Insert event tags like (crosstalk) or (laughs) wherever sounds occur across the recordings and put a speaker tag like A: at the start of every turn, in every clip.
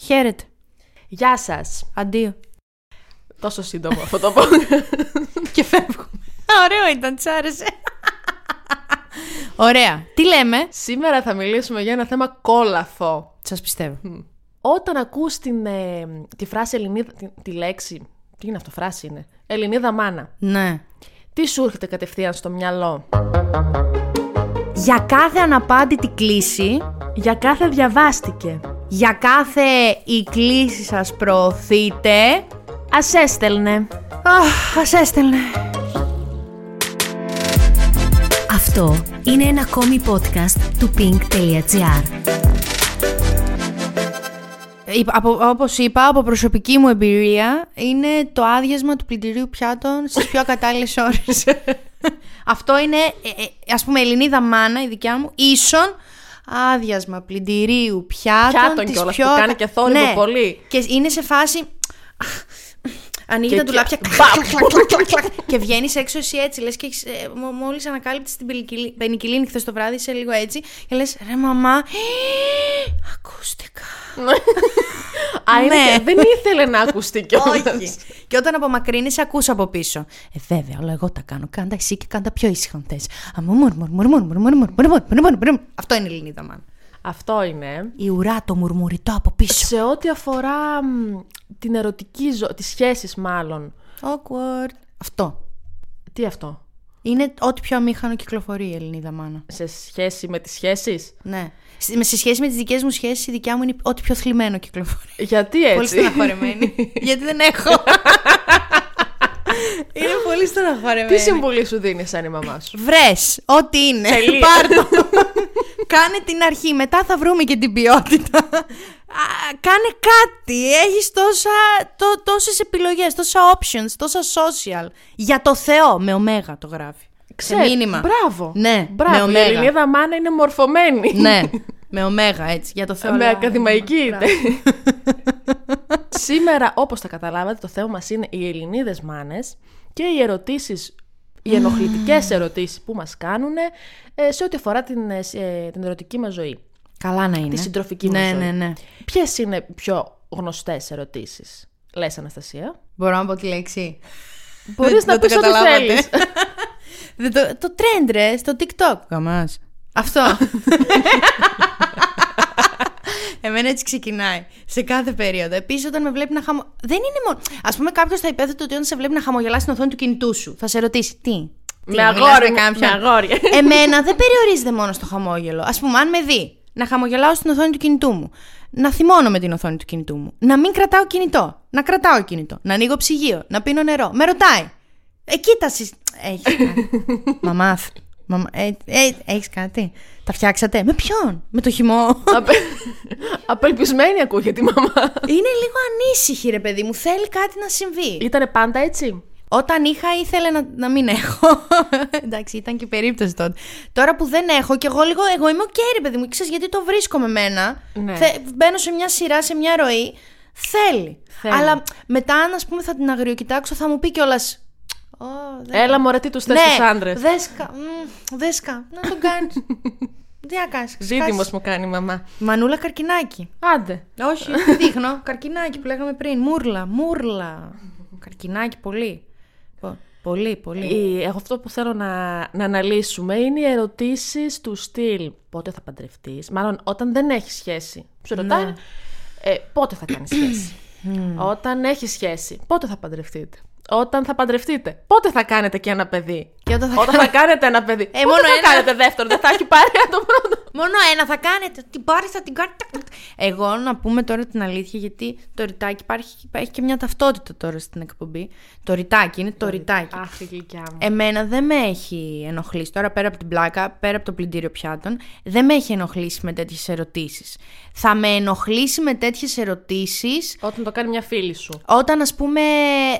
A: Χαίρετε.
B: Γεια σας.
A: Αντίο.
B: Τόσο σύντομο αυτό το πω. (laughs) και φεύγουμε.
A: Ωραίο ήταν, τσ' άρεσε. Ωραία. Τι λέμε.
B: Σήμερα θα μιλήσουμε για ένα θέμα κόλαφο.
A: Σας πιστεύω.
B: Όταν ακούς την, ε, τη φράση Ελληνίδα, τη, τη λέξη, τι είναι αυτό, φράση είναι, Ελληνίδα μάνα,
A: Ναι.
B: τι σου έρχεται κατευθείαν στο μυαλό.
A: Για κάθε αναπάντητη κλίση,
B: Για κάθε διαβάστηκε.
A: για κάθε η κλίση σας προωθείτε,
B: Ας (laughs) έστελνε.
A: αχ, ας έστελνε.
C: Αυτό είναι ένα ακόμη podcast του pink.gr.
A: Ε, Από, όπως είπα, από προσωπική μου εμπειρία, είναι το άδειασμα του πλυντηρίου πιάτων στις πιο ακατάλληλες
B: (laughs)
A: ώρες. Αυτό είναι, ε, ε, ας πούμε, Ελληνίδα μάνα, η δικιά μου, ίσον άδειασμα πλυντηρίου πιάτων.
B: Πιάτων
A: τις
B: κιόλας,
A: πιο
B: που
A: ακα-
B: κάνει και θόρυβο
A: Ναι.
B: πολύ.
A: Και είναι σε φάση... Ανοίγει
B: Και-
A: τα
B: και-
A: ντουλάπια
B: Μπαμ!
A: και βγαίνεις έξω εσύ έτσι. Λες και έχεις, ε, μο- μόλις ανακάλυψες την πενικυλί- πενικυλίνη χθες το βράδυ, είσαι λίγο έτσι. Και λες ρε μαμά, (gasps) ε, ακούστηκα.
B: Α, είναι
A: Ναι.
B: και- δεν ήθελε να (laughs) ακουστεί κιόλας.
A: Όχι. (laughs) και όταν απομακρύνει, ακούς από πίσω. Ε, βέβαια, όλα εγώ τα κάνω. Κάντα εσύ και κάντα πιο ήσυχα αν θες. Αμουρμουρ, μουρμουρ, μουρμουρ, μουρμουρ, μουρμουρ, μουρμουρ, μουρμουρ. Αυτό είναι η Ελληνίδα, μάνα.
B: Αυτό είναι.
A: Η ουρά το μουρμουριτό από πίσω.
B: Σε ό,τι αφορά μ, την ερωτική ζωή, τις σχέσεις μάλλον.
A: Awkward. Αυτό.
B: Τι αυτό,
A: Είναι ό,τι πιο αμήχανο κυκλοφορεί η Ελληνίδα μάνα.
B: σε σχέση με τις σχέσεις.
A: Ναι. Στη- με- Σε σχέση με τις δικές μου σχέσεις, η δικιά μου είναι ό,τι πιο θλιμμένο κυκλοφορεί.
B: Γιατί
A: Πολύ
B: έτσι.
A: (laughs) στεναχωρεμένη. Γιατί δεν έχω. είναι πολύ στεναχωρεμένη.
B: Τι συμβουλή σου δίνεις σαν η μαμά σου.
A: Βρες, ό,τι είναι.
B: Τελεία.
A: Πάρ'
B: (laughs)
A: το. Κάνε την αρχή. Μετά θα βρούμε και την ποιότητα. Α, κάνε κάτι. Έχεις τόσα, τό, τόσες επιλογές, τόσα options, τόσα social. Για το Θεό. Με ωμέγα το γράφει.
B: Ξέρ-
A: Σε μήνυμα.
B: Μπράβο.
A: Ναι,
B: Μπράβο.
A: με
B: η
A: ωμέγα.
B: Ελληνίδα μάνα είναι μορφωμένη.
A: ναι, με ωμέγα έτσι. Για το Θεό.
B: (laughs) Με
A: αλλά-
B: ακαδημαϊκή είτε.
A: Μπράβο.
B: Σήμερα, όπως τα καταλάβατε, το θέμα μας είναι οι Ελληνίδες μάνες και οι ερωτήσεις, οι ενοχλητικές ερωτήσεις που μας κάνουν ε, σε ό,τι αφορά την, ε, σ- ε, την ερωτική μας ζωή.
A: Καλά να είναι.
B: Τη συντροφική μας
A: ναι,
B: ζωή.
A: ναι, ναι.
B: Ποιες είναι πιο γνωστές ερωτήσεις, λες (laughs) Αναστασία.
A: Μπορώ να πω τη λέξη.
B: Μπορείς να
A: δεν το
B: πεις ό,τι
A: καταλάβατε.
B: θέλεις.
A: (laughs) Δεν το, το trend ρε, στο TikTok. Γαμάς.
B: (laughs)
A: Αυτό. Εμένα έτσι ξεκινάει. Σε κάθε περίοδο. Επίσης, όταν με βλέπει να χαμο... Δεν είναι μόνο. Ας πούμε, κάποιος θα υπέθετε ότι όταν σε βλέπει να χαμογελάς στην οθόνη του κινητού σου, θα σε ρωτήσει τι. τι,
B: με
A: μιλάς
B: αγόρι,
A: με
B: με
A: κάποιον?»
B: αγόρι.
A: (laughs) Εμένα δεν περιορίζεται μόνο στο χαμόγελο. Ας πούμε, αν με δει να χαμογελάω στην οθόνη του κινητού μου, να θυμώνω με την οθόνη του κινητού μου, να μην κρατάω κινητό, να κρατάω κινητό, να ανοίγω ψυγείο, να πίνω νερό. Με ρωτάει. Ε, κοίτασες. Έχει κάτι.
B: (laughs)
A: Μαμά, μαμά ε, ε, έχεις κάτι. Τα φτιάξατε. Με ποιον, με το χυμό.
B: Απε- Απελπισμένη ακούγεται η μαμά.
A: Είναι λίγο ανήσυχη, ρε παιδί μου. Θέλει κάτι να συμβεί.
B: Ήτανε πάντα έτσι.
A: Όταν είχα, ήθελε να, να μην έχω. (laughs) Εντάξει, ήταν και η περίπτωση τότε. Τώρα που δεν έχω και εγώ λίγο. Εγώ είμαι ο κέρι, παιδί μου. Ξέρεις γιατί το βρίσκω με μένα.
B: Ναι.
A: Θε- μπαίνω σε μια σειρά, σε μια ροή. Θέλει.
B: Θέλει.
A: Αλλά μετά, αν ας πούμε, θα την αγριοκοιτάξω, θα μου πει κιόλας.
B: Έλα μωρέ τι τους θες
A: ναι,
B: Ε, τους άντρες.
A: Δέσκα. μμ, δέσκα. Να τον κάνεις.
B: (laughs)
A: Τι να κάνεις,
B: Ζήτημος
A: σκάσεις.
B: μου κάνει η μαμά.
A: Μανούλα καρκινάκι.
B: Άντε.
A: Όχι, (laughs) δεν δείχνω. Καρκινάκι που λέγαμε πριν. Μούρλα, μούρλα. Καρκινάκι, πολύ. Πο- Πολύ, πολύ.
B: Η- εγώ αυτό που θέλω να, να αναλύσουμε είναι οι ερωτήσεις του στυλ. Πότε θα παντρευτείς, μάλλον όταν δεν έχεις σχέση. Σου ρωτάνε ε, πότε θα κάνεις σχέση. όταν έχεις σχέση, πότε θα παντρευτείτε. Όταν θα παντρευτείτε, πότε θα κάνετε και ένα παιδί.
A: Και Ε, όταν θα
B: Όταν θα κάνετε Ε, ένα παιδί. πότε
A: μόνο
B: θα
A: ένα.
B: κάνετε δεύτερο, δεν θα έχει παρέα το πρώτο.
A: Μόνο ένα θα κάνετε. Την πάρεις, θα την κάνετε. Τακ, τακ. Εγώ να πούμε τώρα την αλήθεια, γιατί το ρητάκι υπάρχει, υπάρχει και μια ταυτότητα τώρα στην εκπομπή. Το ρητάκι είναι το ρητάκι.
B: Αχ, η γλυκιά μου.
A: Εμένα δεν με έχει ενοχλήσει. Τώρα πέρα από την πλάκα, πέρα από το πλυντήριο πιάτων, δεν με έχει ενοχλήσει με τέτοιες ερωτήσεις. Θα με ενοχλήσει με τέτοιες ερωτήσεις
B: Ε, Όταν το κάνει μια φίλη σου.
A: Όταν ας πούμε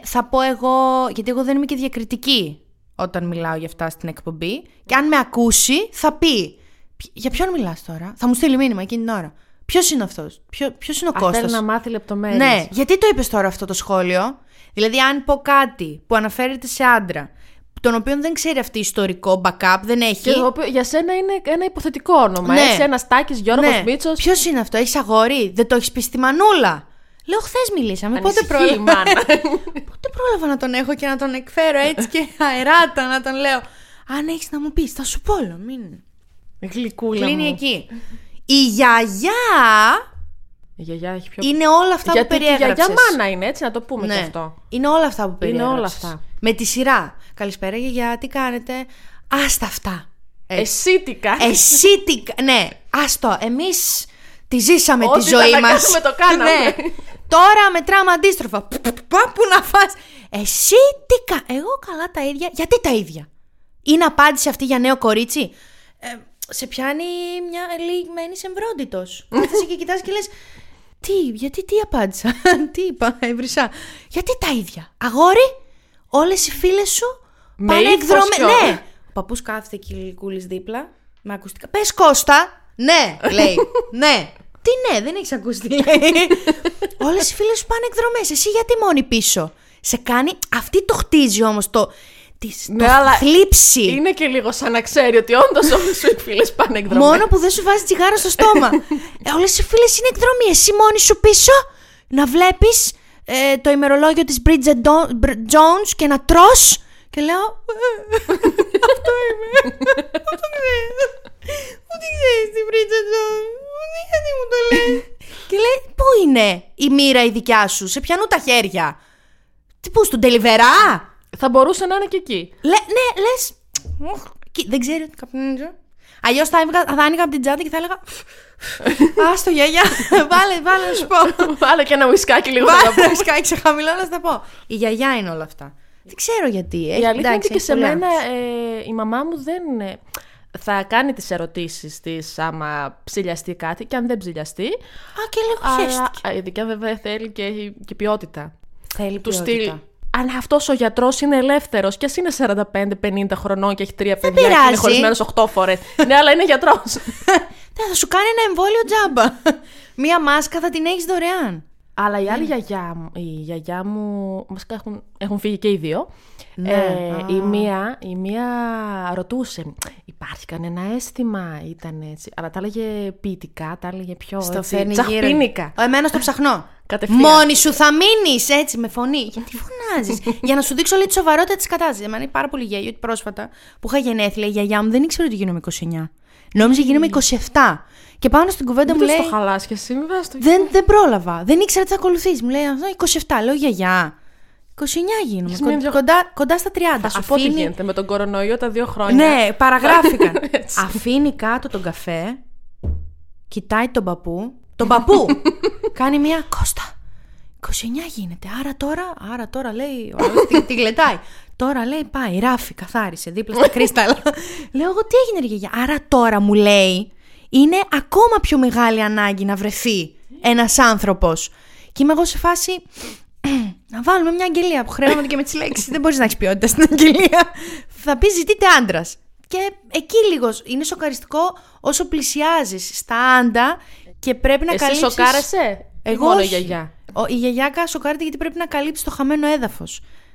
A: θα πω εγώ, γιατί εγώ δεν είμαι και διακριτική όταν μιλάω για αυτά στην εκπομπή και αν με ακούσει θα πει «Ποι- για ποιον μιλάς τώρα, θα μου στείλει μήνυμα εκείνη την ώρα. Ποιος είναι αυτός, ποιο, ποιος είναι ο
B: Α, θέλει
A: Κώστας.
B: να μάθει λεπτομέρειες.
A: Ναι, γιατί το είπες τώρα αυτό το σχόλιο. Δηλαδή αν πω κάτι που αναφέρεται σε άντρα τον οποίο δεν ξέρει αυτή ιστορικό backup, δεν έχει.
B: Και το οποίο για σένα είναι ένα υποθετικό όνομα.
A: Ναι.
B: Έτσι, ένας τάκης Γιώργος Μίτσος.
A: Ποιος Ναι. είναι αυτό, έχεις αγόρι, δεν το έχεις πει στη μανούλα. Λέω, χθες μιλήσαμε. Πότε πρόλαβα. (laughs) πότε πρόλαβα να τον έχω και να τον εκφέρω έτσι
B: (laughs)
A: και αεράτα να τον λέω. Αν έχεις να μου πεις, θα σου πω, λέω, μην.
B: Γλυκούλα.
A: Κλείνει
B: μου.
A: εκεί. Η γιαγιά
B: Η γιαγιά έχει πιο.
A: είναι Ναι. όλα αυτά
B: Γιατί
A: που
B: και η
A: περιέγραψες.
B: γιαγιά μάνα είναι, έτσι, να το πούμε και αυτό.
A: Είναι όλα αυτά που
B: Είναι όλα
A: περιέγραψες.
B: αυτά.
A: Με τη σειρά. Καλησπέρα γιαγιά, τι κάνετε. Άστα αυτά.
B: Εσύ τι κάνεις.
A: Εσύ τι... κα- Ναι, άστο, εμείς τη ζήσαμε
B: Ό,τι
A: τη ζωή
B: ήταν να
A: μας.
B: κάνουμε, το κάναμε.
A: Ναι. Τώρα μετράμε αντίστροφα. Π, π, π, Πα, πού να φας. Εσύ τι κα... Εγώ καλά τα ίδια. Γιατί τα ίδια. Είναι απάντηση αυτή για νέο κορίτσι. Ε, σε πιάνει μια λιγμένη εμβρόντιτο.
B: (laughs)
A: Κάθεσαι και κοιτάς και λες Τι, γιατί τι απάντησα. (laughs) τι είπα, έβρισα. Γιατί τα ίδια. Αγόρι, όλες οι φίλες σου
B: Με
A: πάνε
B: ύφος
A: εκδρομέ.
B: κιόλας.
A: Ναι, ο παππούς κάθεται και η Λιλικούλη δίπλα. Με ακουστικά. Πες Κώστα! Ναι, λέει. ναι. Τι ναι, δεν έχεις ακούσει τι λέει. Όλες οι φίλες σου πάνε εκδρομές. Εσύ γιατί μόνη πίσω. Σε κάνει. Αυτή το χτίζει όμως το. Της,
B: Ναι,
A: το
B: αλλά
A: θλίψει.
B: Είναι και λίγο σαν να ξέρει ότι όντως όλες σου οι φίλες πάνε εκδρομές.
A: Μόνο που δεν σου βάζει τσιγάρο στο (laughs) στόμα. ε, Όλες οι φίλες είναι εκδρομή. Εσύ μόνη σου πίσω να βλέπεις ε, το ημερολόγιο της Bridget Do- Br- Jones και να τρώ. Και λέω. «Ε, (laughs) Αυτό είμαι. Αυτό είμαι. Ούτε ξέρεις την Bridget Jones. Ούτε γιατί μου το λέει. (laughs) και λέει, Πού είναι η μοίρα η δικιά σου, σε πιανού τα χέρια. Τι πού, στον Τελιβερά.
B: Θα μπορούσε να είναι και εκεί.
A: Λε, ναι, λες. Δεν ξέρει ότι καπνίζω. Αλλιώς θα, έβγα- θα άνοιγα από την τσάντα και θα έλεγα. Άστο γιαγιά, (laughs) βάλε, βάλε να σου πω.
B: Βάλε και ένα ουισκάκι λίγο να τα
A: Βάλε να
B: πούμε.
A: σκάει ξεχαμηλώ να σου τα πω. Η γιαγιά είναι όλα αυτά. Δεν ξέρω γιατί. ε.
B: Η αλήθεια είναι
A: εντάξει,
B: ότι και
A: έχει
B: σε
A: πολλά.
B: μένα ε, η μαμά μου δεν. ε, θα κάνει τις ερωτήσεις της άμα ψηλιαστεί κάτι και αν δεν ψηλιαστεί.
A: Α, και λίγο
B: Αλλά
A: χέστηκε.
B: α, ειδικά βέβαια θέλει και, έχει και ποιότητα.
A: Θέλει
B: του
A: ποιότητα.
B: στυλ. Αν αυτός ο γιατρός είναι ελεύθερος και ας είναι 45-50 χρονών και έχει τρία παιδιά και είναι
A: πειράζει.
B: χωρισμένος 8 φορές. ναι, αλλά είναι γιατρός.
A: Ναι, (laughs) θα σου κάνει ένα εμβόλιο τζάμπα. (laughs) Μία μάσκα θα την έχεις δωρεάν.
B: αλλά η άλλη γιαγιά μου, η γιαγιά μου, μας έχουν, έχουν φύγει και οι δύο. Ε,
A: Ναι, α.
B: η, μία, η μία ρωτούσε, υπάρχει κανένα αίσθημα, ήταν έτσι. Αλλά τα έλεγε ποιητικά, τα έλεγε πιο
A: Στο
B: έτσι,
A: φέρνει γύρω.
B: τσαχπίνικα.
A: Ο, Εμένα στο ψαχνό.
B: Κατευθείαν.
A: Μόνη σου θα μείνεις έτσι με φωνή. Γιατί
B: (laughs)
A: φωνάζεις. Για να σου δείξω λίγο τη σοβαρότητα της κατάστασης. Εμένα είναι πάρα πολύ γέλιο ότι πρόσφατα που είχα γενέθλια η γιαγιά μου δεν ήξερε ότι γίνομαι 29. Νόμιζε γίνομαι 27. Και πάνω στην κουβέντα
B: Δεν
A: μου
B: μου
A: λέει.
B: το χαλάς και εσύ, μην βάζεις το
A: Δεν, δεν πρόλαβα. Δεν ήξερα τι θα ακολουθήσει. Μου λέει αυτό 27. Λέω γιαγιά. 29 γίνομαι.
B: Είσαι μια
A: Κον-
B: δυο-
A: κοντά, κοντά στα 30. Σου
B: Από ό,τι
A: αφήνει-
B: γίνεται με τον κορονοϊό τα δύο χρόνια.
A: ναι, παραγράφηκαν.
B: (laughs) Έτσι.
A: Αφήνει κάτω τον καφέ, κοιτάει τον παππού. Τον
B: (laughs)
A: παππού! Κάνει μια Κώστα. 29 γίνεται. Άρα τώρα, άρα τώρα λέει. ο- τη, τη γλεντάει. Τώρα λέει πάει, ράφι, καθάρισε δίπλα στα κρίσταλα.
B: (laughs)
A: Λέω εγώ τι έγινε, ρε γιαγιά. Άρα τώρα μου λέει είναι ακόμα πιο μεγάλη ανάγκη να βρεθεί ένας άνθρωπος. Και είμαι εγώ σε φάση. Να βάλουμε μια αγγελία που χρειάζονται και με τις λέξεις. Δεν μπορείς να έχεις ποιότητα στην αγγελία. Θα πει ζητείτε άντρας. Και εκεί λίγος είναι σοκαριστικό όσο πλησιάζεις στα άντα και πρέπει να
B: Εσύ
A: καλύψεις.
B: σοκάρεσαι ή
A: Εγώ
B: μόνο η
A: όχι.
B: γιαγιά.
A: Ο- η γιαγιάκα σοκάρεται γιατί πρέπει να καλύψει το χαμένο έδαφος.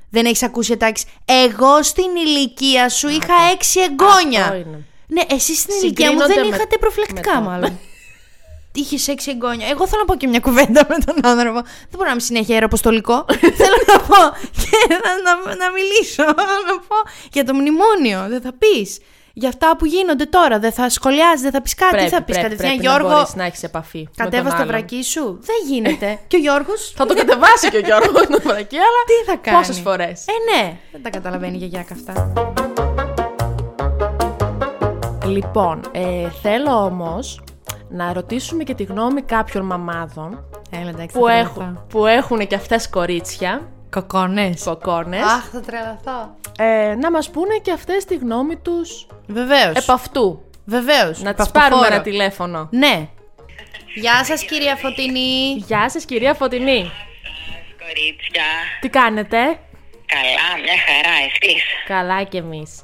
A: Δεν έχει ακούσει εντάξει. Εγώ στην ηλικία σου είχα έξι εγγόνια.
B: Αυτό είναι.
A: Ναι, εσύ στην ηλικία μου δεν
B: Συγκρίνονται με-
A: είχατε προφυλακτικά
B: με το-
A: μάλλον. (laughs) Είχε έξι εγγόνια. Εγώ θέλω να πω και μια κουβέντα (laughs) με τον άνθρωπο. Δεν μπορώ να είμαι συνέχεια
B: (laughs)
A: αεροποστολικό. θέλω να πω και να, να, να μιλήσω. (laughs) να πω για το μνημόνιο. Δεν θα πεις. Για αυτά που γίνονται τώρα. Δεν θα σχολιάζεις, δεν θα πεις κάτι.
B: Πρέπει,
A: θα πεις
B: πρέπει,
A: κατευθείν
B: πρέπει να
A: Γιώργο.
B: μπορείς να έχεις επαφή με
A: Κατέβα
B: τον
A: στο
B: άλλον.
A: βρακί σου. Δεν
B: (laughs)
A: γίνεται. και ο Γιώργος.
B: Θα το κατεβάσει και ο Γιώργος το βρακί, αλλά.
A: Τι θα κάνει.
B: Πόσε φορές.
A: Ε, ναι. Δεν τα καταλαβαίνει η γιαγιάκα αυτά.
B: Λοιπόν, ε, θέλω όμως να ρωτήσουμε και τη γνώμη κάποιων μαμάδων
A: Έλα, εντάξει.
B: που, έχουν, που έχουν και αυτές κορίτσια,
A: Κοκόνε.
B: κοκόνε,
A: Αχ, θα τρελαθώ.
B: ε, να μας πούνε και αυτές τη γνώμη τους
A: Βεβαίως.
B: επ' αυτού.
A: Βεβαίως.
B: Να τι πάρουμε ένα τηλέφωνο.
A: Ναι. Γεια σας, κυρία (laughs) Φωτεινή.
B: Γεια σας, κυρία Φωτεινή.
D: Κορίτσια,
B: Τι κάνετε,
D: καλά, μια χαρά εσείς.
B: Καλά κι εμείς.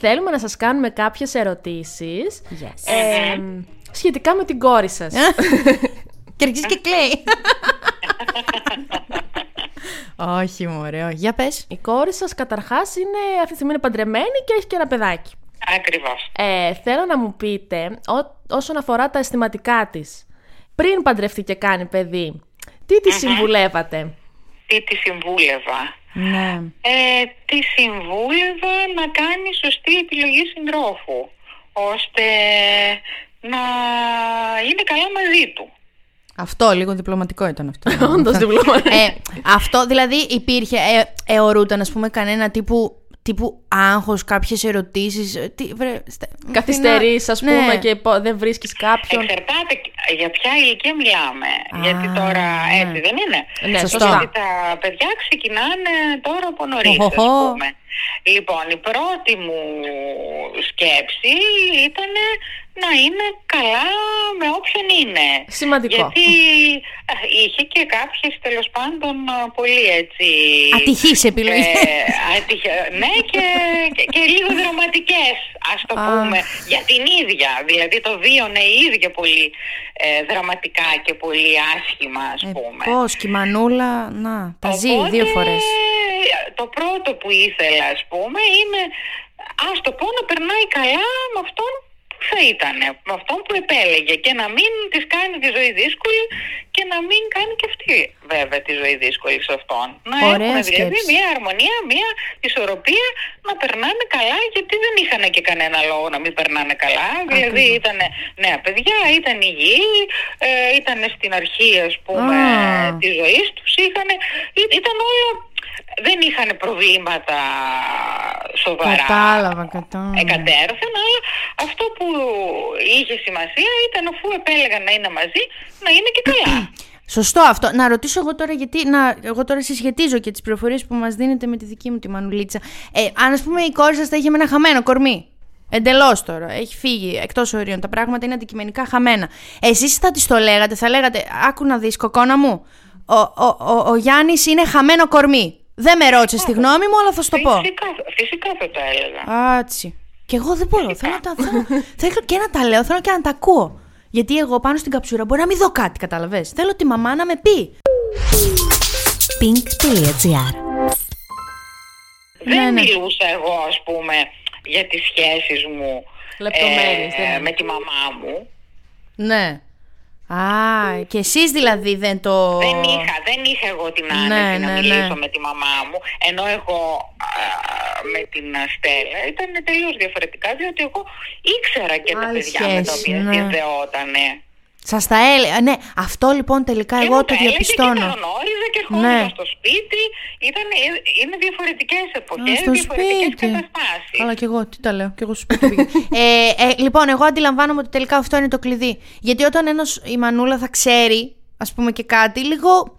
B: Θέλουμε να σας κάνουμε κάποιες ερωτήσεις ε, σχετικά με την κόρη
A: Ε.
B: σας.
A: και αρχίζει και κλαίει. (laughs) Όχι, μου ωραίο. Για πες.
B: Η κόρη σας, καταρχάς, είναι αυτή τη στιγμή είναι παντρεμένη και έχει και ένα παιδάκι.
D: Ακριβώς.
B: Ε, θέλω να μου πείτε, ό, όσον αφορά τα αισθηματικά της, πριν παντρευτεί και κάνει παιδί, τι τη συμβουλεύατε.
D: Τι τη συμβούλευα.
A: Ναι.
D: Ε, τη συμβούλευα να κάνει σωστή επιλογή συντρόφου, ώστε να είναι καλά μαζί του.
A: Αυτό λίγο διπλωματικό ήταν
B: (laughs)
A: αυτό.
B: Όντως διπλωματικό.
A: ε, αυτό δηλαδή υπήρχε, ε, αιωρούταν ας πούμε κανένα τύπου, τύπου άγχος, κάποιες ερωτήσεις. ε, Τι, βρε, στε-
B: Καθυστερείς, ας
A: Ναι.
B: πούμε, και πο- δεν βρίσκεις κάποιον.
A: Ε,
D: Εξαρτάται για ποια ηλικία μιλάμε. γιατί τώρα έτσι δεν είναι.
B: Ναι,
A: Σωστό.
B: σωστά.
D: Γιατί τα παιδιά ξεκινάνε τώρα από νωρίς, ας
A: Οχοχο.
D: πούμε. Λοιπόν, η πρώτη μου σκέψη ήταν να είναι καλά με όποιον είναι.
B: Σημαντικό.
D: Γιατί ε, είχε και κάποιες τέλος πάντων ε, πολύ έτσι...
A: Ατυχείς επιλογές.
D: ε, ατυχε- ναι και, και, και λίγο δραματικές ας το πούμε για την ίδια δηλαδή το βίωνε η ίδια πολύ ε, δραματικά και πολύ άσχημα ας
A: Ε,
D: πούμε
A: πώς, και η μανούλα, να, τα ζει
D: Οπότε,
A: δύο φορές.
D: Το πρώτο που ήθελα, ας πούμε, είναι ας το πω να περνάει καλά με αυτόν που θα ήταν, με αυτόν που επέλεγε και να μην της κάνει τη ζωή δύσκολη και να μην κάνει και αυτή βέβαια τη ζωή δύσκολη σε αυτόν. Να
A: Ωραία
D: έχουμε δηλαδή
A: σκέψη.
D: μια αρμονία, μια ισορροπία να περνάνε καλά γιατί δεν είχαν και κανένα λόγο να μην περνάνε καλά. Δηλαδή ήταν νέα παιδιά, ήταν υγιή, ε, ήταν στην αρχή ας πούμε
A: Α.
D: της ζωής τους. Είχαν, ήταν όλα. Δεν είχαν προβλήματα σοβαρά.
A: Κατάλαβα, ναι.
B: Ε,
A: κατάλαβα.
D: Εκατέρωθεν, αλλά αυτό που είχε σημασία ήταν αφού επέλεγαν να είναι μαζί, να είναι και καλά.
A: Σωστό αυτό. Να ρωτήσω εγώ τώρα γιατί. Να, εγώ τώρα συσχετίζω και τις πληροφορίες που μας δίνετε με τη δική μου τη μανουλίτσα. Ε, αν ας πούμε η κόρη σας τα είχε με ένα χαμένο κορμί. Εντελώς τώρα. Έχει φύγει εκτός ορίων. Τα πράγματα είναι αντικειμενικά χαμένα. Εσείς θα της το λέγατε, θα λέγατε Άκου να δεις, κοκόνα μου. Ο, ο, ο, ο Γιάννης είναι χαμένο κορμί. Δεν με ρώτησες τη γνώμη μου, αλλά θα σου το πω.
D: Φυσικά, φυσικά θα το έλεγα.
A: Άτσι. Και εγώ δεν μπορώ. Θέλω, να τα, θέλω, θέλω και να τα λέω, θέλω και να τα ακούω. Γιατί εγώ πάνω στην καψούρα μπορεί να μην δω κάτι, κατάλαβες. Θέλω τη μαμά να με πει.
C: pink.gr
A: Ναι,
D: Δεν μιλούσα εγώ, ας πούμε, για τις σχέσεις μου ε,
B: Λεπτομέρειες, δεν-
D: με τη μαμά μου.
A: Ναι. Α, και εσείς δηλαδή δεν το.
D: Δεν είχα, δεν είχα εγώ την άνεση
A: Ναι, ναι,
D: να μιλήσω
A: ναι.
D: με τη μαμά μου, ενώ εγώ α, με την α, Στέλλα ήταν τελείως διαφορετικά, διότι εγώ ήξερα και τα
A: Άλλη
D: παιδιά με τα
A: σχέση,
D: οποία
A: ναι.
D: συνδεότανε.
A: Σας τα έλεγα. Ναι, αυτό λοιπόν τελικά
D: Και
A: εγώ
D: μου
A: το
D: τα έλεγε Και τα
A: διαπιστώνω.
D: γνώριζα και ερχόντουσαν
A: Ναι.
D: στο σπίτι. Ήταν, ε, είναι διαφορετικές εποχές,
A: Α, στο
D: διαφορετικές
A: σπίτι.
D: καταστάσεις.
A: Αλλά κι εγώ, τι τα λέω, κι εγώ σου πήγα. (laughs) ε, ε, λοιπόν, εγώ αντιλαμβάνομαι ότι τελικά αυτό είναι το κλειδί. Γιατί όταν ένας, η μανούλα θα ξέρει, ας πούμε και κάτι, λίγο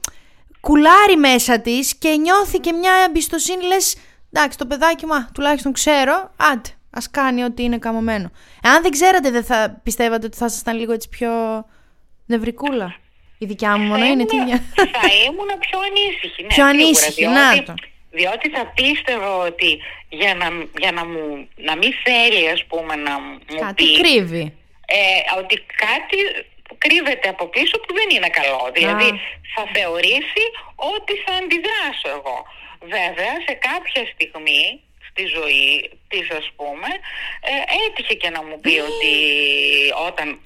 A: κουλάρει μέσα της και νιώθει και μια εμπιστοσύνη, λες, εντάξει, το παιδάκι μου, α, τουλάχιστον ξέρω, άντε, ας κάνει ό,τι είναι καμωμένο. Αν δεν ξέρατε, δεν θα πιστεύατε ότι θα ήσασταν λίγο έτσι πιο νευρικούλα. Η δικιά μου μόνο
D: θα
A: είναι, τι
D: ήμουν-
A: μια.
D: (laughs) Θα ήμουν πιο ανήσυχη. Ναι,
A: Πιο
D: σίγουρα,
A: ανήσυχη,
D: διότι-
A: να το.
D: Διότι θα πίστευα ότι για να, για να, μου, να μην θέλει, ας πούμε, να μου
A: (laughs) Κάτι
D: πει
A: κρύβει.
D: ε, ότι κάτι κρύβεται από πίσω που δεν είναι καλό. Δηλαδή θα θεωρήσει ότι θα αντιδράσω εγώ. Βέβαια, σε κάποια στιγμή στη ζωή της ας πούμε, ε, έτυχε και να μου πει ότι όταν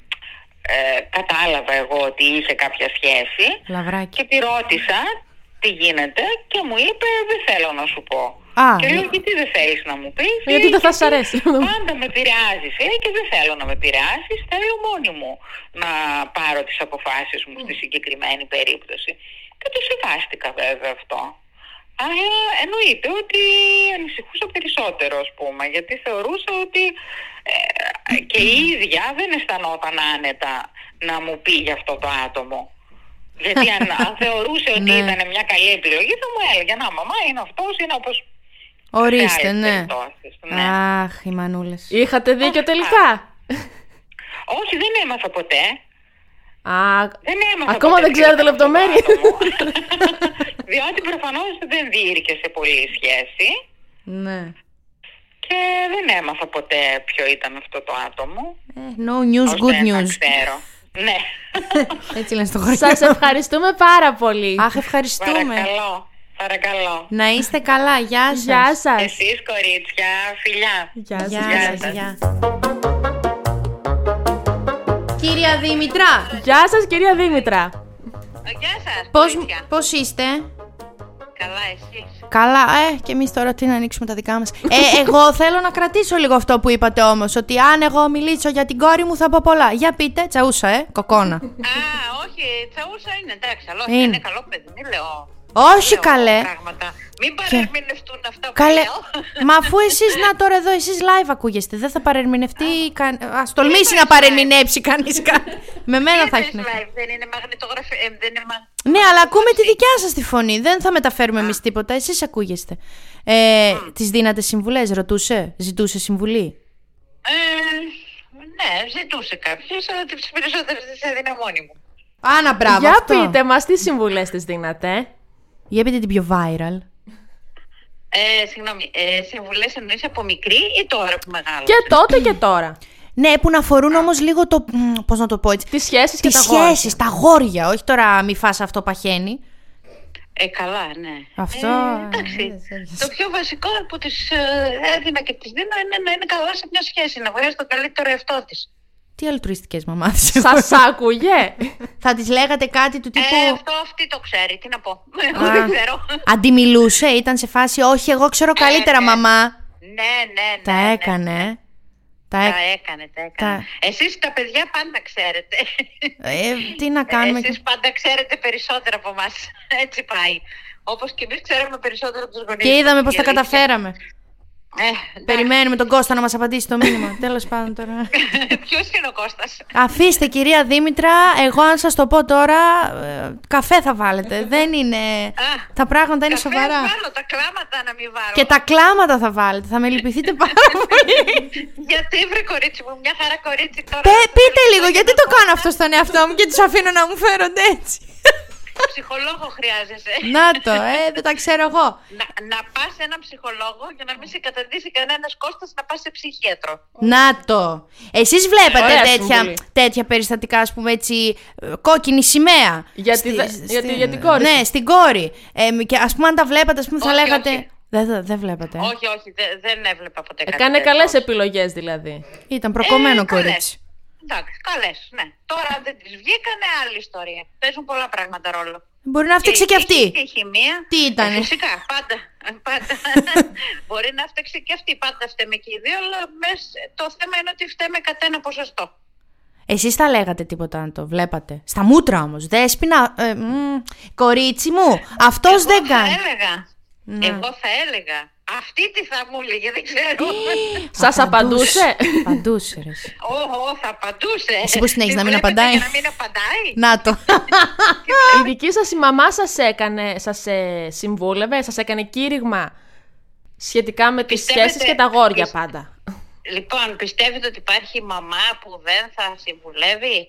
D: ε, κατάλαβα εγώ ότι είχε κάποια σχέση
A: Λαβράκι.
D: και τη ρώτησα τι γίνεται και μου είπε δεν θέλω να σου πω.
A: Α,
D: και λέω
A: ναι.
D: γιατί δεν θέλεις να μου πεις
B: Ε, Γιατί
D: Λέει,
B: δεν θα σ' αρέσει.
D: Πάντα με επηρεάζει. λέει και δεν θέλω να με επηρεάσει. Θέλω μόνη μου να πάρω τις αποφάσεις μου στη συγκεκριμένη περίπτωση. Και το σεβάστηκα βέβαια αυτό. Αλλά εννοείται ότι ανησυχούσα περισσότερο, ας πούμε, γιατί θεωρούσα ότι ε, και η ίδια δεν αισθανόταν άνετα να μου πει για αυτό το άτομο. Γιατί
A: (laughs)
D: αν, αν θεωρούσε ότι
A: Ναι.
D: ήταν μια καλή επιλογή, θα μου έλεγε Να, μαμά, είναι αυτός, είναι όπως.
A: Ορίστε, ναι.
D: ναι.
A: Αχ, οι μανούλες.
B: Είχατε δίκιο τελικά.
D: Όχι, δεν έμαθα ποτέ.
B: Α,
D: Δεν έμαθα
B: Ακόμα
D: ποτέ
B: δεν
D: τι
B: ξέρετε
D: ήταν αυτό το
B: λεπτομέρειες.
D: άτομο.
A: (laughs)
D: Διότι προφανώς δεν διήρκε σε πολύ η σχέση
A: Ναι.
D: και δεν έμαθα ποτέ ποιο ήταν αυτό το άτομο.
A: Ε, No news,
D: ώστε
A: good
D: να
A: news.
D: ξέρω. ναι.
A: Έτσι λένε στο χωριό.
B: Σας ευχαριστούμε πάρα πολύ.
A: Αχ, ευχαριστούμε.
D: Παρακαλώ. Παρακαλώ.
A: Να είστε καλά. Γεια σας.
B: Γεια σας.
D: Εσείς κορίτσια, φιλιά.
B: Γεια σας.
A: Γεια
D: Γεια
A: σας.
D: σας.
A: Γεια. Κυρία Δήμητρα,
B: Γεια σας κυρία Δήμητρα.
D: Ε, Γεια σας,
A: πώς,
D: κορίτσια.
A: πώς είστε?
D: Καλά εσείς.
A: Καλά, ε, και εμείς τώρα τι να ανοίξουμε τα δικά μας. Ε, εγώ θέλω να κρατήσω λίγο αυτό που είπατε όμως. Ότι αν εγώ μιλήσω για την κόρη μου θα πω πολλά. Για πείτε, τσαούσα, ε, κοκόνα.
D: Α, όχι, τσαούσα είναι, εντάξει, αλλά
A: Είναι.
D: όχι, είναι καλό παιδί, μην λέω.
A: Όχι
D: λέω
A: καλέ.
D: Πράγματα. Μην παρερμηνευτούν αυτά που
A: Καλέ.
D: λέω.
A: Μα αφού εσείς να τώρα εδώ, εσείς live ακούγεστε. Δεν θα παρερμηνευτεί. καν- Α τολμήσει
D: είπες
A: να
D: live?
A: παρερμηνεύσει κανεί κάτι. Με μένα
D: Δεν
A: θα
D: είναι
A: έχεις να κάνει.
D: live, Δεν είναι μαγνητογραφία, ε, δεν είναι μα...
A: Ναι, αλλά ακούμε τη δικιά σας τη φωνή. Δεν θα μεταφέρουμε εμείς τίποτα. Εσείς ακούγεστε. Ε, Τη δίνατε συμβουλές, ρωτούσε, ζητούσε συμβουλή.
D: Ε, ναι, ζητούσε κάποιος, αλλά τις περισσότερες τις έδινα μόνη μου.
A: Άνα, μπράβο.
B: Για
A: αυτό.
B: πείτε μας τι συμβουλές της δίνατε. ε?
A: Για πείτε την πιο viral.
D: Ε, συγγνώμη, ε, συμβουλέ εννοείς από μικρή ή τώρα που μεγάλωσες.
B: Και τότε και τώρα.
A: Ναι, που να αφορούν όμως λίγο το. μ, Πώς να το πω έτσι.
B: Τις σχέσεις και
A: Τις
B: τα γόρια.
A: σχέσεις, τα γόρια. Όχι τώρα μη φας αυτό παχαίνει.
D: Ε, καλά, ναι.
A: Αυτό,
D: Ε,
A: ε,
D: εντάξει.
A: δεν
D: το πιο βασικό που τη έδινα και τη δίνω είναι να είναι καλά σε μια σχέση, να βγάζει τον καλύτερο εαυτό της.
A: Τι αλτρουιστικές μαμάδες έχω.
B: Σας άκουγε.
A: Θα της λέγατε κάτι του τύπου.
D: Ε, αυτό αυτή το ξέρει, τι να πω. Εγώ
A: Α,
D: δεν ξέρω.
A: Αντιμιλούσε, ήταν σε φάση. Όχι, εγώ ξέρω καλύτερα,
D: ε.
A: μαμά.
D: ναι, ναι, ναι.
A: Τα
D: ναι.
A: έκανε. Τα
D: Τα
A: έκ-
D: έκανε, τα έκανε. Εσείς τα παιδιά πάντα ξέρετε.
A: ε, τι να κάνουμε.
D: Εσείς πάντα ξέρετε περισσότερα από εμάς. Έτσι πάει. Όπως και εμείς ξέρουμε περισσότερα από τους γονείς.
A: Και
D: μας.
A: είδαμε πως
D: Η
A: τα
D: αλήθεια.
A: καταφέραμε.
D: Ε, εντάξει.
A: Περιμένουμε τον Κώστα να μας απαντήσει το
D: (laughs)
A: μήνυμα. Τέλος πάντων τώρα.
D: Ποιος είναι ο Κώστας.
A: Αφήστε κυρία Δήμητρα, εγώ αν σας το πω τώρα, ε, καφέ θα βάλετε. Δεν είναι... τα πράγματα είναι
D: Καφέ
A: σοβαρά.
D: ας βάλω, τα κλάματα να μην βάλω.
A: Και τα κλάματα θα βάλετε, θα με λυπηθείτε πάρα
D: (laughs)
A: πολύ.
D: Γιατί βρε κορίτσι μου, μια χαρά κορίτσι τώρα.
A: Πε- πείτε λίγο, γιατί το κάνω αυτό στον εαυτό μου και τους αφήνω να μου φέρονται έτσι.
D: Ψυχολόγο χρειάζεσαι.
A: να το, ε, δεν τα ξέρω εγώ.
D: Να, να πας σε έναν ψυχολόγο για να μην σε καταντήσει κανένας Κώστας να πας σε ψυχίατρο.
A: Να το. Εσείς βλέπατε
B: Ωραία
A: τέτοια,
B: συμβουλή.
A: τέτοια περιστατικά, ας πούμε έτσι, ε, κόκκινη σημαία.
B: Για τη δε- για τη- για την κόρη
A: Ναι,
B: σας.
A: στην κόρη. Ε, μ, και ας πούμε αν τα βλέπατε, ας πούμε θα
D: Όχι,
A: λέγατε...
D: όχι.
A: Δεν δε, δεν βλέπατε. ε.
D: Όχι, όχι, δε- δεν έβλεπα ποτέ κάτι
B: Έκανε
D: τέτοιο.
B: καλές επιλογές δηλαδή.
A: Ήταν προκομμένο
D: Ε, καλές.
A: κορίτσι.
D: Εντάξει, καλές, ναι. Τώρα αν δεν τις βγήκανε, άλλη ιστορία. Παίζουν πολλά πράγματα ρόλο.
A: Μπορεί να φτιάξει και
D: η τύχη
A: αυτή.
D: Και η χημεία.
A: Τι ήτανε?
D: Ε, φυσικά, πάντα.
A: (laughs)
D: πάντα. Μπορεί να φταίξει και αυτή. Πάντα φταίμε και οι δύο, αλλά μες, το θέμα είναι ότι φταίμε κατά ένα ποσοστό.
A: Εσείς τα λέγατε τίποτα αν το βλέπατε. Στα μούτρα όμως. Δέσπινα. Ε, μ, κορίτσι μου, αυτό
D: Ε, Εγώ
A: δεν
D: θα
A: κάνει. Ναι.
D: έλεγα. Εγώ θα έλεγα. Αυτή τι θα μου έλεγε, δεν ξέρω.
A: Ε,
B: Σας απαντούσε.
A: Απαντούσε, ρε. εσύ.
D: Ω, ω, θα απαντούσε.
A: Εσύ πώς την έχεις,
D: Τη
A: να μην
D: βλέπετε
A: απαντάει?
D: και Να μην απαντάει.
A: Να το.
B: Η δική σας η μαμά σας έκανε, σας ε, συμβούλευε, σας έκανε κήρυγμα σχετικά με τις
D: Πιστεύετε-
B: σχέσεις και τα γόρια
D: πι-
B: πάντα.
D: Λοιπόν, πιστεύετε ότι υπάρχει μαμά που δεν θα συμβουλεύει.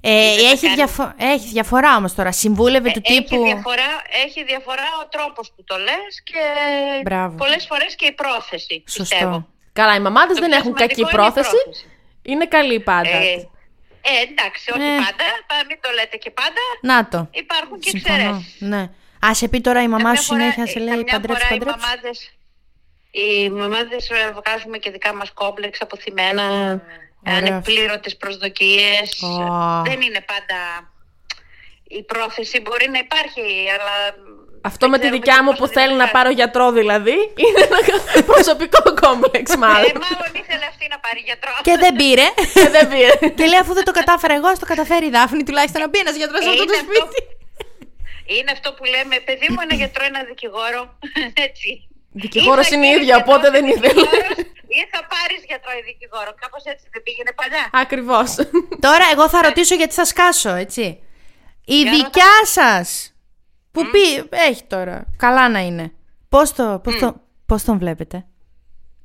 A: Ε,
D: Δεν τα
A: έχει,
D: κάνεις.
A: διαφο- έχει διαφορά όμως τώρα. Συμβούλευε του
D: Ε,
A: τύπου.
D: Έχει διαφορά, έχει διαφορά ο τρόπος που το λες και
A: Μπράβο.
D: πολλές φορές και η πρόθεση,
A: Σωστό.
D: πιστεύω.
B: Καλά, οι μαμάδες
D: Το
B: δεν
D: πιο
B: έχουν
D: σημαντικό
B: κακή
D: είναι η
B: πρόθεση. Είναι καλή πάντα.
D: Ε, ε, εντάξει, όχι
A: Ε.
D: πάντα, πα- μην το λέτε και πάντα,
A: Να το.
D: υπάρχουν και
A: Συμφωνώ.
D: εξαιρέσεις.
A: Ναι. Ας σε πει τώρα η μαμά
D: Ε, Καμιά
A: σου
D: φορά- ε,
A: συνέχεια σε λέει
D: καμιά
A: παντρέψει,
D: φορά
A: παντρέψει.
D: Οι μαμάδες, οι μαμάδες ε, βγάζουμε και δικά μας κόμπλεξ αποθυμένα,
A: Ωραία.
D: ανεκπλήρωτες προσδοκίες.
A: Α.
D: Δεν είναι πάντα... Η πρόθεση μπορεί να υπάρχει, αλλά...
B: Αυτό
D: δεν
B: με τη
D: ξέρουμε
B: δικιά
D: και
B: μου
D: πώς
B: που
D: θα
B: θέλω να
D: διασκεδάσει.
B: πάρω γιατρό δηλαδή, είναι
D: (laughs)
B: ένα προσωπικό κόμπλεξ
D: Ε,
B: μάλλον.
D: μάλλον ήθελε αυτή να πάρει γιατρό.
A: Και
D: (laughs)
A: δεν πήρε.
B: Και Ε, δεν πήρε.
A: και λέει αφού δεν το κατάφερα εγώ, ας το καταφέρει η Δάφνη τουλάχιστον να μπει ένας γιατρός σε
D: Ε,
A: αυτό το
D: είναι αυτό.
A: σπίτι.
D: Είναι αυτό που λέμε, παιδί μου, ένα γιατρό, ένα δικηγόρο. (laughs) Έτσι.
B: Δικηγόρος
D: Ή θα
B: είναι η
D: γίνεις
B: ίδια,
D: γιατρός
B: οπότε
D: ή
B: δεν ήθελε.
D: δικηγόρος Ή θα πάρεις γιατρό ή δικηγόρο. Κάπως έτσι δεν πήγαινε παλιά.
B: Ακριβώς.
A: Τώρα εγώ θα ρωτήσω γιατί θα σκάσω, έτσι. Η
D: Ε. Για
A: δικιά σας που πει, έχει τώρα, καλά να είναι. Πώς, το, πώς, το, πώς τον βλέπετε.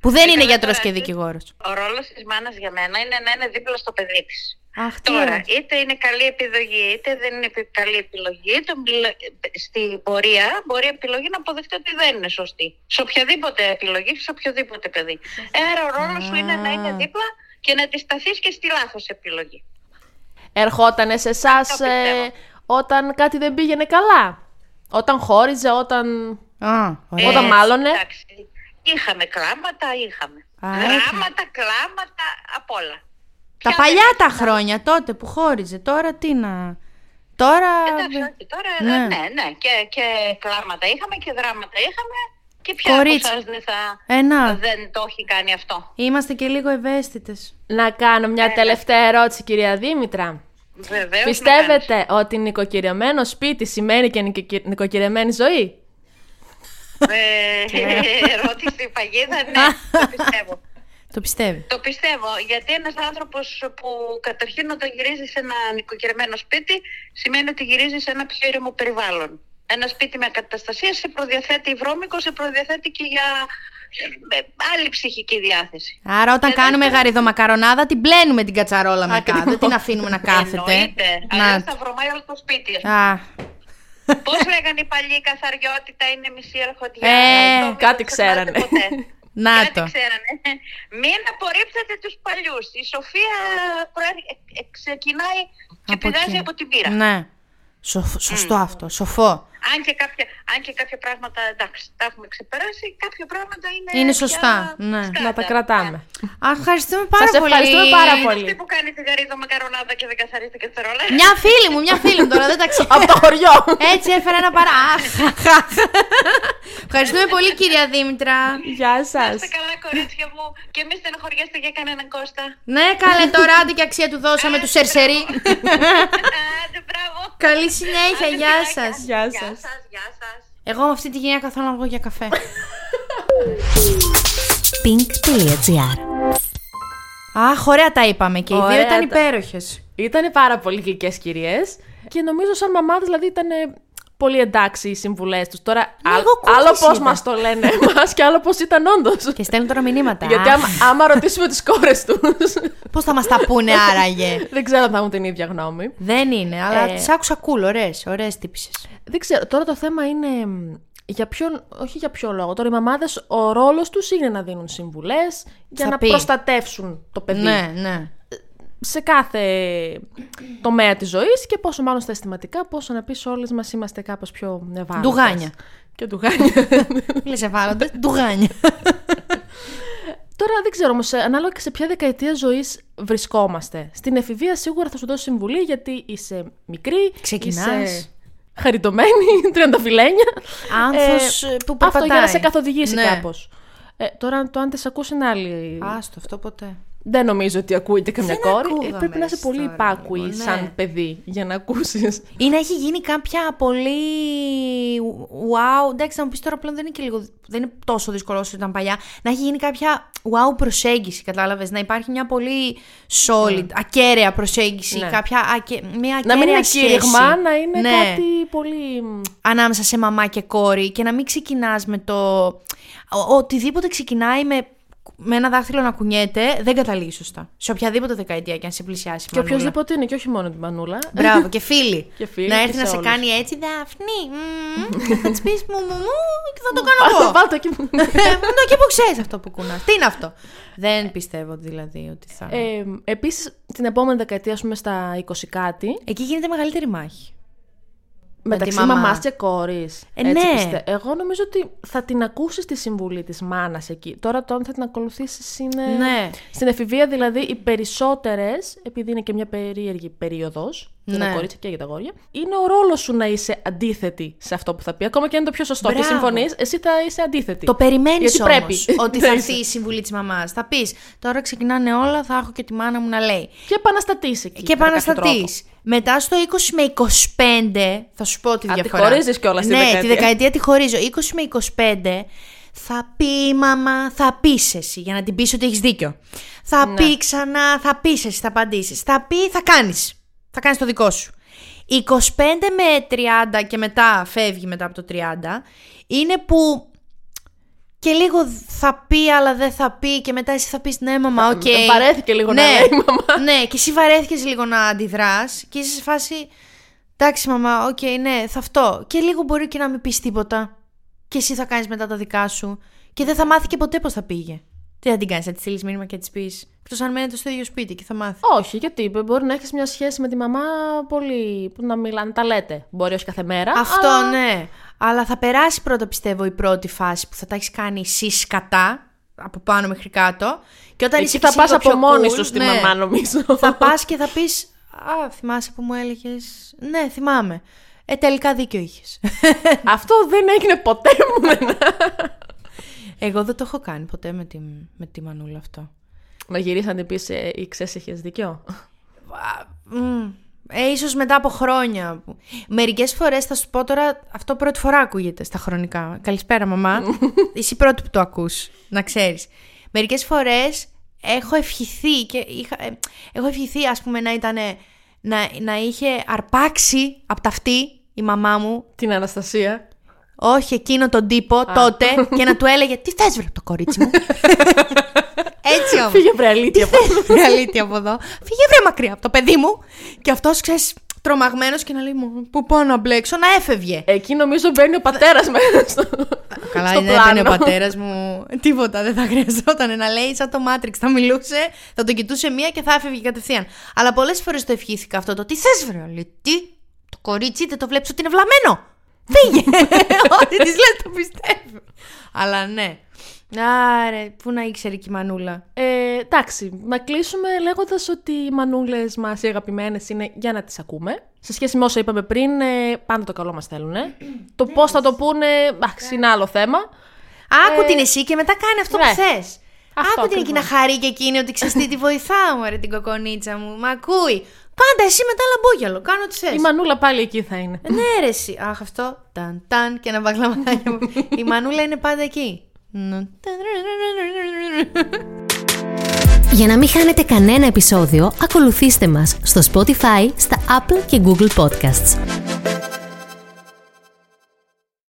A: Που δεν είναι
D: Ε, καλά
A: γιατρός
D: τώρα,
A: και
D: εσύ.
A: δικηγόρος.
D: Ο ρόλος της μάνας για μένα είναι να είναι δίπλα στο παιδί της.
A: Αχ, τι
D: Τώρα,
A: ωραία.
D: είτε είναι καλή επιλογή, είτε δεν είναι επι- καλή επιλογή, το μιλο- στην πορεία μπορεί η επιλογή να αποδεχτεί ότι δεν είναι σωστή. Σε οποιαδήποτε επιλογή, σε οποιοδήποτε παιδί. Άρα ο ρόλος σου είναι να είναι δίπλα και να τη σταθεί και στη λάθος επιλογή.
B: Ερχότανε σε ε, εσά
D: Αυτό πιστεύω.
B: όταν κάτι δεν πήγαινε καλά. Όταν χώριζε, όταν.
A: Α,
D: Ε,
A: ωραία.
B: Όταν μάλωνε.
D: Εντάξει. Είχαμε κράματα, είχαμε.
A: Α,
D: Γράμματα, κλάματα, απ' όλα.
A: Τα
D: Ποια
A: παλιά
D: δεν-
A: τα χρόνια τότε που χώριζε, τώρα τι να. Τώρα.
D: Εντάξει, όχι, τώρα ε, ναι,
A: Ναι.
D: ναι, Και, και κλάματα είχαμε και δράματα είχαμε. Και ποια
A: Κορίτσια.
D: από εσάς δεν, θα,
A: Ε, να.
D: δεν το έχει κάνει αυτό.
A: Είμαστε και λίγο ευαίσθητες.
B: Να κάνω
A: Ε, ναι.
B: μια τελευταία ερώτηση, κυρία Δήμητρα.
D: Βεβαίως, να κάνεις.
B: Πιστεύετε ότι νοικοκυριωμένο σπίτι σημαίνει και νοικοκυ- νοικοκυριωμένη ζωή.
D: Ε,
A: Ναι.
D: (laughs) ερώτηση παγίδα,
A: (laughs)
D: ναι, το πιστεύω.
A: Το πιστεύει.
D: Το πιστεύω, γιατί ένας άνθρωπος που καταρχήν όταν γυρίζεις σε ένα νοικοκυρεμένο σπίτι, σημαίνει ότι γυρίζεις σε ένα πιο ήρεμο περιβάλλον. Ένα σπίτι με ακαταστασία σε προδιαθέτει βρώμικο, σε προδιαθέτει και για ε, άλλη ψυχική διάθεση.
A: Άρα όταν
D: Ε, Δεν
A: κάνουμε
D: είναι.
A: γαριδομακαρονάδα την πλένουμε την κατσαρόλα μετά. Δεν την αφήνουμε να κάθεται.
D: Εννοείται,
A: Να.
D: αλλά θα βρωμάει όλο το σπίτι. ας πούμε.
A: Α,
D: Πώς λέγανε οι παλιοί, η καθαριότητα είναι μισή αρχοντιά.
A: Ε,
D: Αυτό μην
B: κάτι
D: το ξεχνάτε
B: ξέρανε.
D: ποτέ.
A: να
D: Κάτι
A: το.
D: ξέρανε. Μην απορρίψετε τους παλιούς. Η Σοφία προέρχε- ε, ε, ξεκινάει και
A: Από
D: πηγάζει
A: εκεί.
D: από την πύρα.
A: Ναι. Σοφ- Σωστό αυτό. Σοφό.
D: Αν, και κάποια, αν και κάποια πράγματα εντάξει, τα έχουμε ξεπεράσει, κάποια πράγματα είναι.
A: Είναι
D: πια
A: σωστά, ναι.
D: στάνταρ.
B: Να τα κρατάμε.
A: Α, ευχαριστούμε πάρα
B: Σας
A: πολύ.
B: ευχαριστούμε πάρα
D: Είναι
B: πολύ.
A: (laughs)
D: αυτή που κάνει τη γαρίδα μακαρονάδα και δεν καθαρίζει την κατσαρόλα.
A: Μια φίλη μου, μια φίλη μου τώρα, δεν τα ξέρω.
B: Από το χωριό.
A: Έτσι έφερα ένα παρά. Αχ, αχ, αχ. Ευχαριστούμε πολύ, κυρία Δήμητρα.
B: Γεια σας.
D: Είστε καλά, κορίτσια μου, και μην στενοχωριέστε για κανέναν Κώστα.
A: Ναι, καλέ τώρα, άντε και αξία του δώσαμε του Σερσερή.
D: Άντε, μπράβο.
A: Καλή συνέχεια,
D: Άντε,
A: γεια
D: φιλάκια.
A: σας.
B: Γεια
D: Γεια
B: σας.
D: σας, γεια σας.
A: Εγώ με αυτή τη γυναίκα θέλω να βγω για καφέ.
C: pink.gr
A: Αχ, ωραία τα είπαμε και οι δύο
B: Ωραία
A: ήταν
B: τα-
A: υπέροχες.
B: Ήταν πάρα πολύ γλυκές κυρίες. Και νομίζω σαν μαμάδε δηλαδή ήταν πολύ εντάξει οι συμβουλές τους. Τώρα,
A: Λίγο
B: άλλ-
A: κούκκις
B: άλλο πώς
A: ήταν.
B: μας το λένε εμάς και άλλο πώς ήταν όντως.
A: Και στέλνουν τώρα μηνύματα.
B: Γιατί άμα, άμα ρωτήσουμε τις κόρες τους,
A: Πώς θα μας τα πούνε
B: (laughs)
A: άραγε.
B: δεν ξέρω αν θα έχουν την ίδια γνώμη.
A: Δεν είναι, αλλά
B: Ε.
A: τις άκουσα cool, ωραίες, ωραίες τύπησε.
B: Δεν ξέρω. Τώρα το θέμα είναι. μ, Για ποιον, όχι για ποιο λόγο. Τώρα οι μαμάδες, ο ρόλος τους είναι να δίνουν συμβουλές για
A: Θα
B: να
A: πει.
B: προστατεύσουν το παιδί
A: Ναι, ναι.
B: σε κάθε τομέα της ζωής και πόσο μάλλον στα αισθηματικά, πόσο να πεις όλες μας είμαστε κάπως πιο ευάλωτες.
A: Ντουγάνια.
B: Και ντουγάνια.
A: Λες ευάλωτες, ντουγάνια.
B: (laughs) Τώρα δεν ξέρω όμως, ανάλογα και σε ποια δεκαετία ζωής βρισκόμαστε. Στην εφηβεία σίγουρα θα σου δώσω συμβουλή γιατί είσαι μικρή.
A: Ξεκινάς.
B: Είσαι χαριτωμένη, (laughs) τριανταφυλένια.
A: Άνθρωπος, ε, που
B: Αυτό για να
A: περπατάει.
B: σε καθοδηγήσει
A: Ναι.
B: κάπως. Ε, τώρα, αν το αν τη ακούσει είναι άλλη.
A: Άστο, αυτό ποτέ.
B: Δεν νομίζω ότι ακούγεται καμιά
A: Δεν
B: κόρη. Ε,
A: ακούγαμε,
B: πρέπει να είσαι
A: ρε,
B: πολύ
A: τώρα,
B: υπάκουη
A: λίγο, ναι. Ε,
B: σαν παιδί για να ακούσεις.
A: Ή να έχει γίνει κάποια πολύ. Wow. Εντάξει, θα μου πεις τώρα πλέον δεν είναι, και λίγο... δεν είναι τόσο δύσκολο όσο ήταν παλιά. Να έχει γίνει κάποια wow προσέγγιση, κατάλαβες. Να υπάρχει μια πολύ solid, ακέραια προσέγγιση.
B: Ναι.
A: Κάποια ακε... μια ακέραια
B: Να μην είναι
A: σχέση.
B: κήρυγμα, να είναι
A: Ναι.
B: κάτι πολύ. μ,
A: Ανάμεσα σε μαμά και κόρη και να μην ξεκινάς με το. ο- Οτιδήποτε ξεκινάει με, με ένα δάχτυλο να κουνιέται, δεν καταλήγει σωστά. Σε οποιαδήποτε δεκαετία και αν σε πλησιάσει.
B: Και
A: μανούλα.
B: οποιοδήποτε είναι, και όχι μόνο την Μανούλα.
A: Μπράβο, και φίλοι.
B: Και φίλοι
A: να
B: και
A: έρθει
B: σε
A: να σε
B: όλους.
A: κάνει έτσι, Δαφνή. μμμ, θα της πεις μου, μου, μου, και θα το κάνω
B: Βάλτε,
A: εγώ.
B: βάλτε εκεί.
A: (laughs) Ε, Μου το εκεί που ξέρεις αυτό που κουνάς. Τι είναι αυτό. Δεν πιστεύω δηλαδή ότι θα.
B: Ε, Επίσης, την επόμενη δεκαετία, ας πούμε, στα 20 κάτι,
A: Εκεί γίνεται μεγαλύτερη μάχη.
B: μεταξύ
A: τη μαμά.
B: μαμάς και κόρης.
A: Ε, ναι.
B: Εγώ νομίζω ότι θα την ακούσεις τη συμβουλή της μάνας εκεί. Τώρα, το αν θα την ακολουθήσεις είναι.
A: Ναι.
B: Στην εφηβεία, δηλαδή, οι περισσότερες, επειδή είναι και μια περίεργη περίοδος για τα
A: Ναι.
B: κορίτσια και για τα γόρια, είναι ο ρόλος σου να είσαι αντίθετη σε αυτό που θα πει. Ακόμα και αν είναι το πιο σωστό και
A: Μπράβο.
B: συμφωνείς, εσύ θα είσαι αντίθετη.
A: Το περιμένεις
B: Γιατί
A: όμως
B: (laughs) πρέπει.
A: ότι
B: Ναι.
A: θα έρθει η συμβουλή της μαμάς. Θα πεις τώρα ξεκινάνε όλα, θα έχω και τη μάνα μου να λέει.
B: Και επαναστατήσει εκεί.
A: Και
B: κατά κάποιο
A: επαναστατείς.
B: τρόπο.
A: Μετά στο 20 με 25, θα σου πω τη
B: Α, τη
A: διαφορά.
B: χωρίζεις κιόλας τη
A: ναι,
B: δεκαετία.
A: τη δεκαετία τη χωρίζω. 20 με 25 θα πει η μαμά, θα πεις εσύ για να την πεις ότι έχεις δίκιο. Θα
B: Ναι.
A: πει ξανά, θα πεις εσύ, θα απαντήσεις. Θα πει, θα κάνεις. Θα κάνεις το δικό σου. 25 με 30 και μετά φεύγει μετά από το 30 είναι που και λίγο θα πει, αλλά δεν θα πει. Και μετά εσύ θα πεις ναι, μαμά, οκ.
B: τον βαρέθηκε λίγο να λέει η μαμά.
A: Ναι, και εσύ βαρέθηκες λίγο να αντιδράς και είσαι σε φάση. Εντάξει, μαμά, οκ, ναι, θα αυτό. Και λίγο μπορεί και να μην πεις τίποτα. Και εσύ θα κάνεις μετά τα δικά σου. Και δεν θα μάθει και ποτέ πώς θα πήγε. Τι θα την κάνεις, θα της στείλεις μήνυμα και της πεις. Εκτός αν μένετε στο ίδιο σπίτι και θα μάθει.
B: Όχι, γιατί μπορεί να έχεις μια σχέση με τη μαμά πολύ. που να μιλάνε, τα λέτε. Μπορεί όχι κάθε μέρα.
A: Αυτό
B: αλλά-
A: ναι. Αλλά θα περάσει πρώτα, πιστεύω, η πρώτη φάση που θα τα έχεις κάνει εσύ σκατά, από πάνω μέχρι κάτω. Και όταν
B: Εκεί
A: είσαι
B: θα
A: εσύ
B: πα
A: λίγο
B: από
A: πιο
B: μόνη
A: cool,
B: σου στη
A: ναι,
B: μαμά, νομίζω.
A: Θα πας και θα πεις. Α, θυμάσαι που μου έλεγες. Ναι, θυμάμαι. Ε, τελικά δίκιο είχες.
B: (laughs) Αυτό δεν έγινε ποτέ μου.
A: Ναι.
B: εμένα.
A: (laughs) Εγώ δεν το έχω κάνει ποτέ με τη, με τη μανούλα αυτό.
B: να γυρίσει να την πει ε, ή ξέρεις, έχεις δίκιο.
A: Μμμ. Ε, ίσως μετά από χρόνια. Μερικές φορές θα σου πω τώρα, αυτό πρώτη φορά ακούγεται στα χρονικά. Καλησπέρα μαμά. Είσαι η πρώτη που το ακούς, να ξέρεις. Μερικές φορές έχω ευχηθεί και είχα, ε, έχω ευχηθεί ας πούμε να ήταν να, να είχε αρπάξει από ταυτή η μαμά μου
B: Την Αναστασία.
A: όχι εκείνο τον τύπο τότε και να του έλεγε τι θες βρε από το κορίτσι μου έτσι όμως
B: Φύγε βρε αλήθεια. από-
A: Φύγε αλήθεια από εδώ. Φύγε βρε μακριά από το παιδί μου. Και αυτός ξέρεις, τρομαγμένος και να λέει μου, Πού πάω να μπλέξω, να έφευγε.
B: Εκεί νομίζω μπαίνει ο πατέρας (laughs) μέσα στο.
A: Καλά,
B: στο
A: δεν έπαιρνε ο
B: πλάνο.
A: πατέρας μου. Ε, Τίποτα δεν θα χρειαζόταν να λέει σαν το Matrix. Θα μιλούσε, θα τον κοιτούσε μία και θα έφευγε κατευθείαν. Αλλά πολλές φορές το ευχήθηκα αυτό το. Τι θες, βρε, λέει, Τι, το κορίτσι δεν το βλέπεις ότι είναι βλαμμένο. Φύγε. (laughs) Ό,τι της λες, το πιστεύω. Αλλά ναι. Άρε, πού να ήξερε και η μανούλα.
B: Ε, εντάξει, να κλείσουμε λέγοντας ότι οι μανούλες μας οι αγαπημένες είναι για να τις ακούμε. Σε σχέση με όσα είπαμε πριν, ε, πάντα το καλό μας θέλουν. το πώς θα το πούνε, εντάξει, είναι άλλο θέμα.
A: Άκου
B: Ε,
A: την εσύ και μετά κάνε αυτό
B: ναι.
A: που θες.
B: Αυτό
A: Άκου την εκεί να
B: ακριβώς.
A: χαρεί και εκείνη ότι ξεστή τη βοηθάω, ρε την κοκονίτσα μου. Μα ακούει. Πάντα εσύ μετά λαμπόγιαλο. Κάνω ό,τι θες.
B: Η μανούλα πάλι εκεί θα είναι.
A: Ναι, ρε, εσύ. Αχ, αυτό. Ταν, ταν και ένα μπαγλαμάκι. Η μανούλα είναι πάντα εκεί. Νου, ταν, ρε, ρε, ρε, ρε, ρε.
C: Για να μην χάνετε κανένα επεισόδιο, ακολουθήστε μας στο Spotify, στα Apple και Google Podcasts.